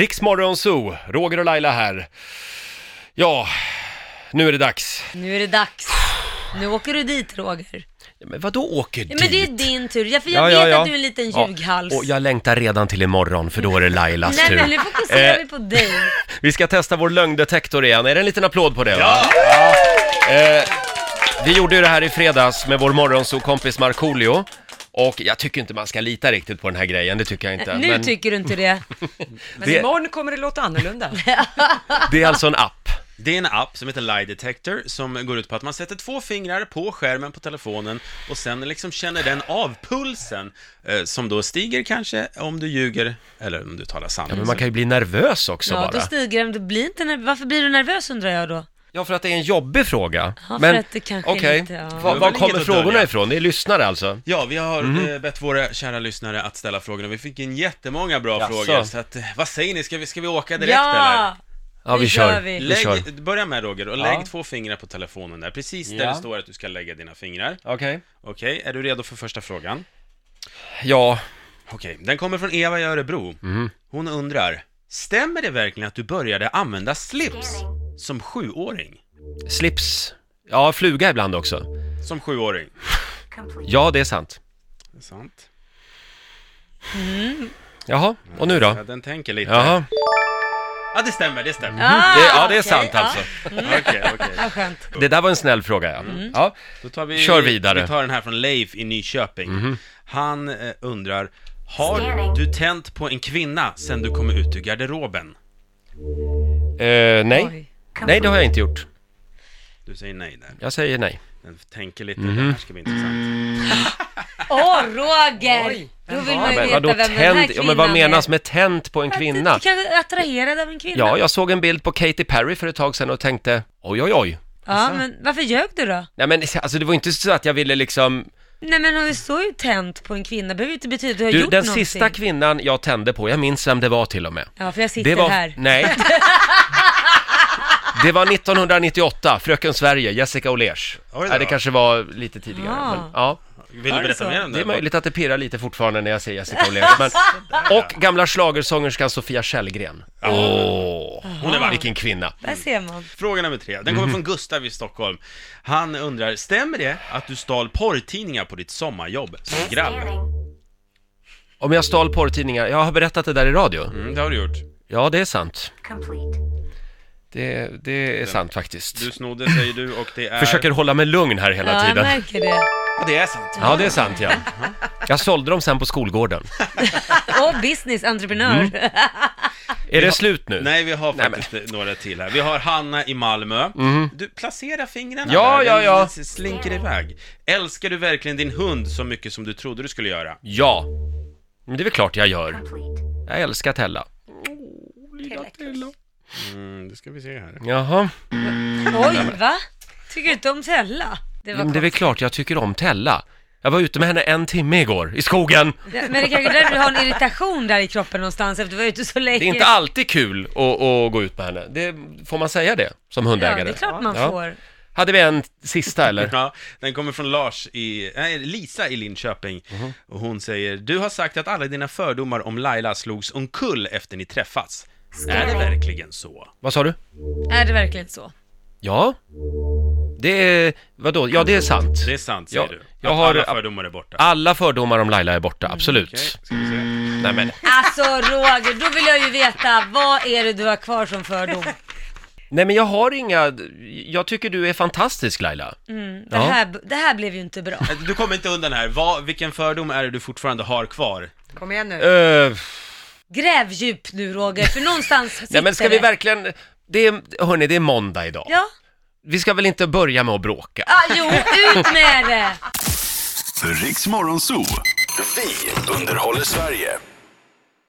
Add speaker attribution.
Speaker 1: Riksmorgon Zoo, Roger och Laila här. Ja, nu är det dags.
Speaker 2: Nu är det dags. Nu åker du dit Roger.
Speaker 1: Men vadå åker
Speaker 2: Ja, men det är
Speaker 1: dit?
Speaker 2: din tur, ja, för jag vet att du är en liten ljughals.
Speaker 1: Ja, och jag längtar redan till imorgon för då är det Lailas
Speaker 2: Nej
Speaker 1: tur.
Speaker 2: men nu fokuserar
Speaker 1: Eh,
Speaker 2: vi på dig.
Speaker 1: Vi ska testa vår lögndetektor igen. Är det en liten applåd på det? Va? Ja! Eh, vi gjorde ju det här i fredags med vår morgonsokompis Markoolio. Och jag tycker inte man ska lita riktigt på den här grejen, det tycker jag inte.
Speaker 2: nu
Speaker 1: Men
Speaker 2: tycker du inte det.
Speaker 3: Men
Speaker 1: det,
Speaker 3: imorgon kommer det låta annorlunda.
Speaker 1: det är alltså en app.
Speaker 4: Det är en app som heter Lie Detector som går ut på att man sätter två fingrar på skärmen på telefonen och sen liksom känner den av pulsen eh, som då stiger kanske om du ljuger eller om du talar sanning.
Speaker 1: Men man kan ju bli nervös också
Speaker 2: Ja, då
Speaker 1: bara.
Speaker 2: stiger den. Du blir inte nerv- Varför blir du nervös undrar jag då?
Speaker 1: Ja, för att det är en jobbig fråga.
Speaker 2: Ja, för
Speaker 1: Men
Speaker 2: att det kanske är
Speaker 1: okej.
Speaker 2: lite, ja.
Speaker 1: Va-
Speaker 4: Det är väl
Speaker 1: var
Speaker 4: inget
Speaker 1: kommer
Speaker 4: att
Speaker 1: frågorna
Speaker 4: dölja.
Speaker 1: ifrån? Det är lyssnare alltså?
Speaker 4: Ja, vi har eh, bett våra kära lyssnare att ställa frågorna. Vi fick in jättemånga bra
Speaker 1: Jaså.
Speaker 4: frågor, så att, eh, vad säger ni? Ska vi, ska vi åka direkt eller?
Speaker 2: ja!
Speaker 1: Ja,
Speaker 2: Det
Speaker 1: vi
Speaker 2: gör
Speaker 1: kör.
Speaker 2: vi.
Speaker 1: Vi kör.
Speaker 4: Lägg, börja med Roger, och lägg två fingrar på telefonen där, precis där
Speaker 1: Ja.
Speaker 4: det står att du ska lägga dina fingrar.
Speaker 1: Okej.
Speaker 4: Okej, är du redo för första frågan?
Speaker 1: Ja,
Speaker 4: Okej, den kommer från Eva i Örebro.
Speaker 1: Mhm.
Speaker 4: Hon undrar, stämmer det verkligen att du började använda slips som sjuåring?
Speaker 1: slips. Ja, fluga ibland också.
Speaker 4: Som sjuåring?
Speaker 1: Ja, det är sant.
Speaker 4: Det är sant.
Speaker 1: Jaha, och nu då?
Speaker 4: Ja, den tänker lite.
Speaker 1: Jaha.
Speaker 4: Ja, det stämmer, det stämmer.
Speaker 2: Ah,
Speaker 1: Det, ja, det är
Speaker 2: okej,
Speaker 1: sant
Speaker 2: ja.
Speaker 1: alltså.
Speaker 4: Okej, okej.
Speaker 2: Ja, Mm. skönt.
Speaker 1: Det där var en snäll fråga, ja. ja.
Speaker 4: Då tar vi...
Speaker 1: Kör vidare. Mhm.
Speaker 4: Vi tar den här från Leif i Nyköping. Han eh, undrar, har du tänt på en kvinna sen du kom ut ur garderoben?
Speaker 1: Eh, nej.
Speaker 2: Oj.
Speaker 1: Nej, det har jag inte gjort.
Speaker 4: Du säger nej där.
Speaker 1: Jag säger nej.
Speaker 4: Den tänker lite,
Speaker 1: Mhm.
Speaker 4: det här ska bli intressant.
Speaker 2: Åh Roger! då vill man ju
Speaker 1: Men
Speaker 2: veta
Speaker 1: vadå
Speaker 2: vem den här
Speaker 1: tänd?
Speaker 2: kvinnan
Speaker 1: Ja, men vad menas med tänt på en kvinna?
Speaker 2: Att du kanske är attraherad av en kvinna?
Speaker 1: Ja, jag såg en bild på Katy Perry för ett tag sedan och tänkte oj, oj, oj.
Speaker 2: ja men varför ljög du då?
Speaker 1: Nej men alltså det var inte så att jag ville liksom...
Speaker 2: Nej men hon står ju tänt på en kvinna, behöver ju inte betyda att du har
Speaker 1: Du,
Speaker 2: gjort
Speaker 1: den
Speaker 2: någonting.
Speaker 1: sista kvinnan jag tände på, jag minns vem det var till och med.
Speaker 2: Ja, för jag sitter
Speaker 1: Det var...
Speaker 2: här.
Speaker 1: Nej. Det var 1998, Fröken Sverige, Jessica Olers.
Speaker 4: Var det
Speaker 1: Nej, det
Speaker 4: då?
Speaker 1: kanske var lite tidigare.
Speaker 2: Ja.
Speaker 1: Men, ja.
Speaker 4: Vill
Speaker 2: Var det
Speaker 4: du berätta
Speaker 2: så?
Speaker 4: mer om
Speaker 1: Det
Speaker 4: det?
Speaker 1: är möjligt att det pirrar lite fortfarande när jag ser Jessica Åhlén. Men... Och gamla schlagersångerskan Sofia Källgren. Åh, hon är vilken kvinna.
Speaker 2: Där ser man.
Speaker 4: Fråga nummer tre, den
Speaker 1: Mhm.
Speaker 4: kommer från Gustav i Stockholm. Han undrar, stämmer det att du stal porrtidningar på ditt sommarjobb som grabb?
Speaker 1: Om jag stal porrtidningar, jag har berättat det där i radio.
Speaker 4: Mm, det har du gjort.
Speaker 1: Ja, det är sant. Det, det är sant faktiskt.
Speaker 4: Du snodde säger du och det är...
Speaker 1: Försöker Mm. hålla mig lugn här hela
Speaker 2: Ja, jag
Speaker 1: tiden.
Speaker 2: märker det.
Speaker 4: Ja, det är sant.
Speaker 1: Ja, det är sant ja. Jag sålde dem sen på skolgården.
Speaker 2: Och business, entreprenör.
Speaker 1: Är det slut nu?
Speaker 4: Nej, vi har
Speaker 1: Nej, Mhm.
Speaker 4: faktiskt några till här. Vi har Hanna i Malmö. Du, placera fingrarna
Speaker 1: Ja,
Speaker 4: där,
Speaker 1: ja,
Speaker 4: den
Speaker 1: ja.
Speaker 4: s- slinker iväg. Älskar du verkligen din hund så mycket som du trodde du skulle göra?
Speaker 1: Ja. Men det är väl klart jag gör. Jag älskar Tella.
Speaker 4: Mm, det ska vi se här.
Speaker 1: Jaha.
Speaker 2: Oj, va? Tycker du inte om Tella? Det var
Speaker 1: Men Mm. det är väl klart jag tycker om Tella. Jag var ute med henne en timme igår, i skogen.
Speaker 2: konstigt. Men det kanske är därför du har en irritation där i kroppen någonstans efter att du var ute så länge.
Speaker 1: Det är inte alltid kul att, att gå ut med henne. Det, får man säga det som
Speaker 2: Ja,
Speaker 1: hundägare?
Speaker 2: det är klart man
Speaker 1: Ja.
Speaker 2: får.
Speaker 1: Hade vi en sista eller?
Speaker 4: Ja, den kommer från Lars i, nej, Lisa i Linköping.
Speaker 1: Mhm.
Speaker 4: Och hon säger, du har sagt att alla dina fördomar om Laila slogs omkull efter ni träffats. Är det verkligen så?
Speaker 1: Vad sa du?
Speaker 2: Är det verkligen så?
Speaker 1: Ja. Det är, vadå? Ja, det är sant.
Speaker 4: Det är sant, säger
Speaker 1: Ja,
Speaker 4: du. Att
Speaker 1: jag har- Ah.
Speaker 4: alla fördomar är borta.
Speaker 1: Alla fördomar om Laila är borta, absolut.
Speaker 4: Okej, ska vi se.
Speaker 1: Nej men,
Speaker 2: Alltså Roger, då vill jag ju veta, vad är det du har kvar som fördom?
Speaker 1: nej men jag har inga, jag tycker du är fantastisk Laila.
Speaker 2: Det här, det här blev ju inte bra.
Speaker 4: Du kommer inte undan här. Vad, vilken fördom är det du fortfarande har kvar?
Speaker 3: Kom igen nu.
Speaker 1: Ja. Eh,
Speaker 2: Gräv djupt nu Roger, för någonstans sitter
Speaker 1: nej men ska vi
Speaker 2: det.
Speaker 1: verkligen, det är, hörni det är måndag idag.
Speaker 2: Ja,
Speaker 1: Vi ska väl inte börja med att bråka?
Speaker 2: ah, jo, ut med det!
Speaker 5: Riks Morgonzoo. Vi underhåller Sverige.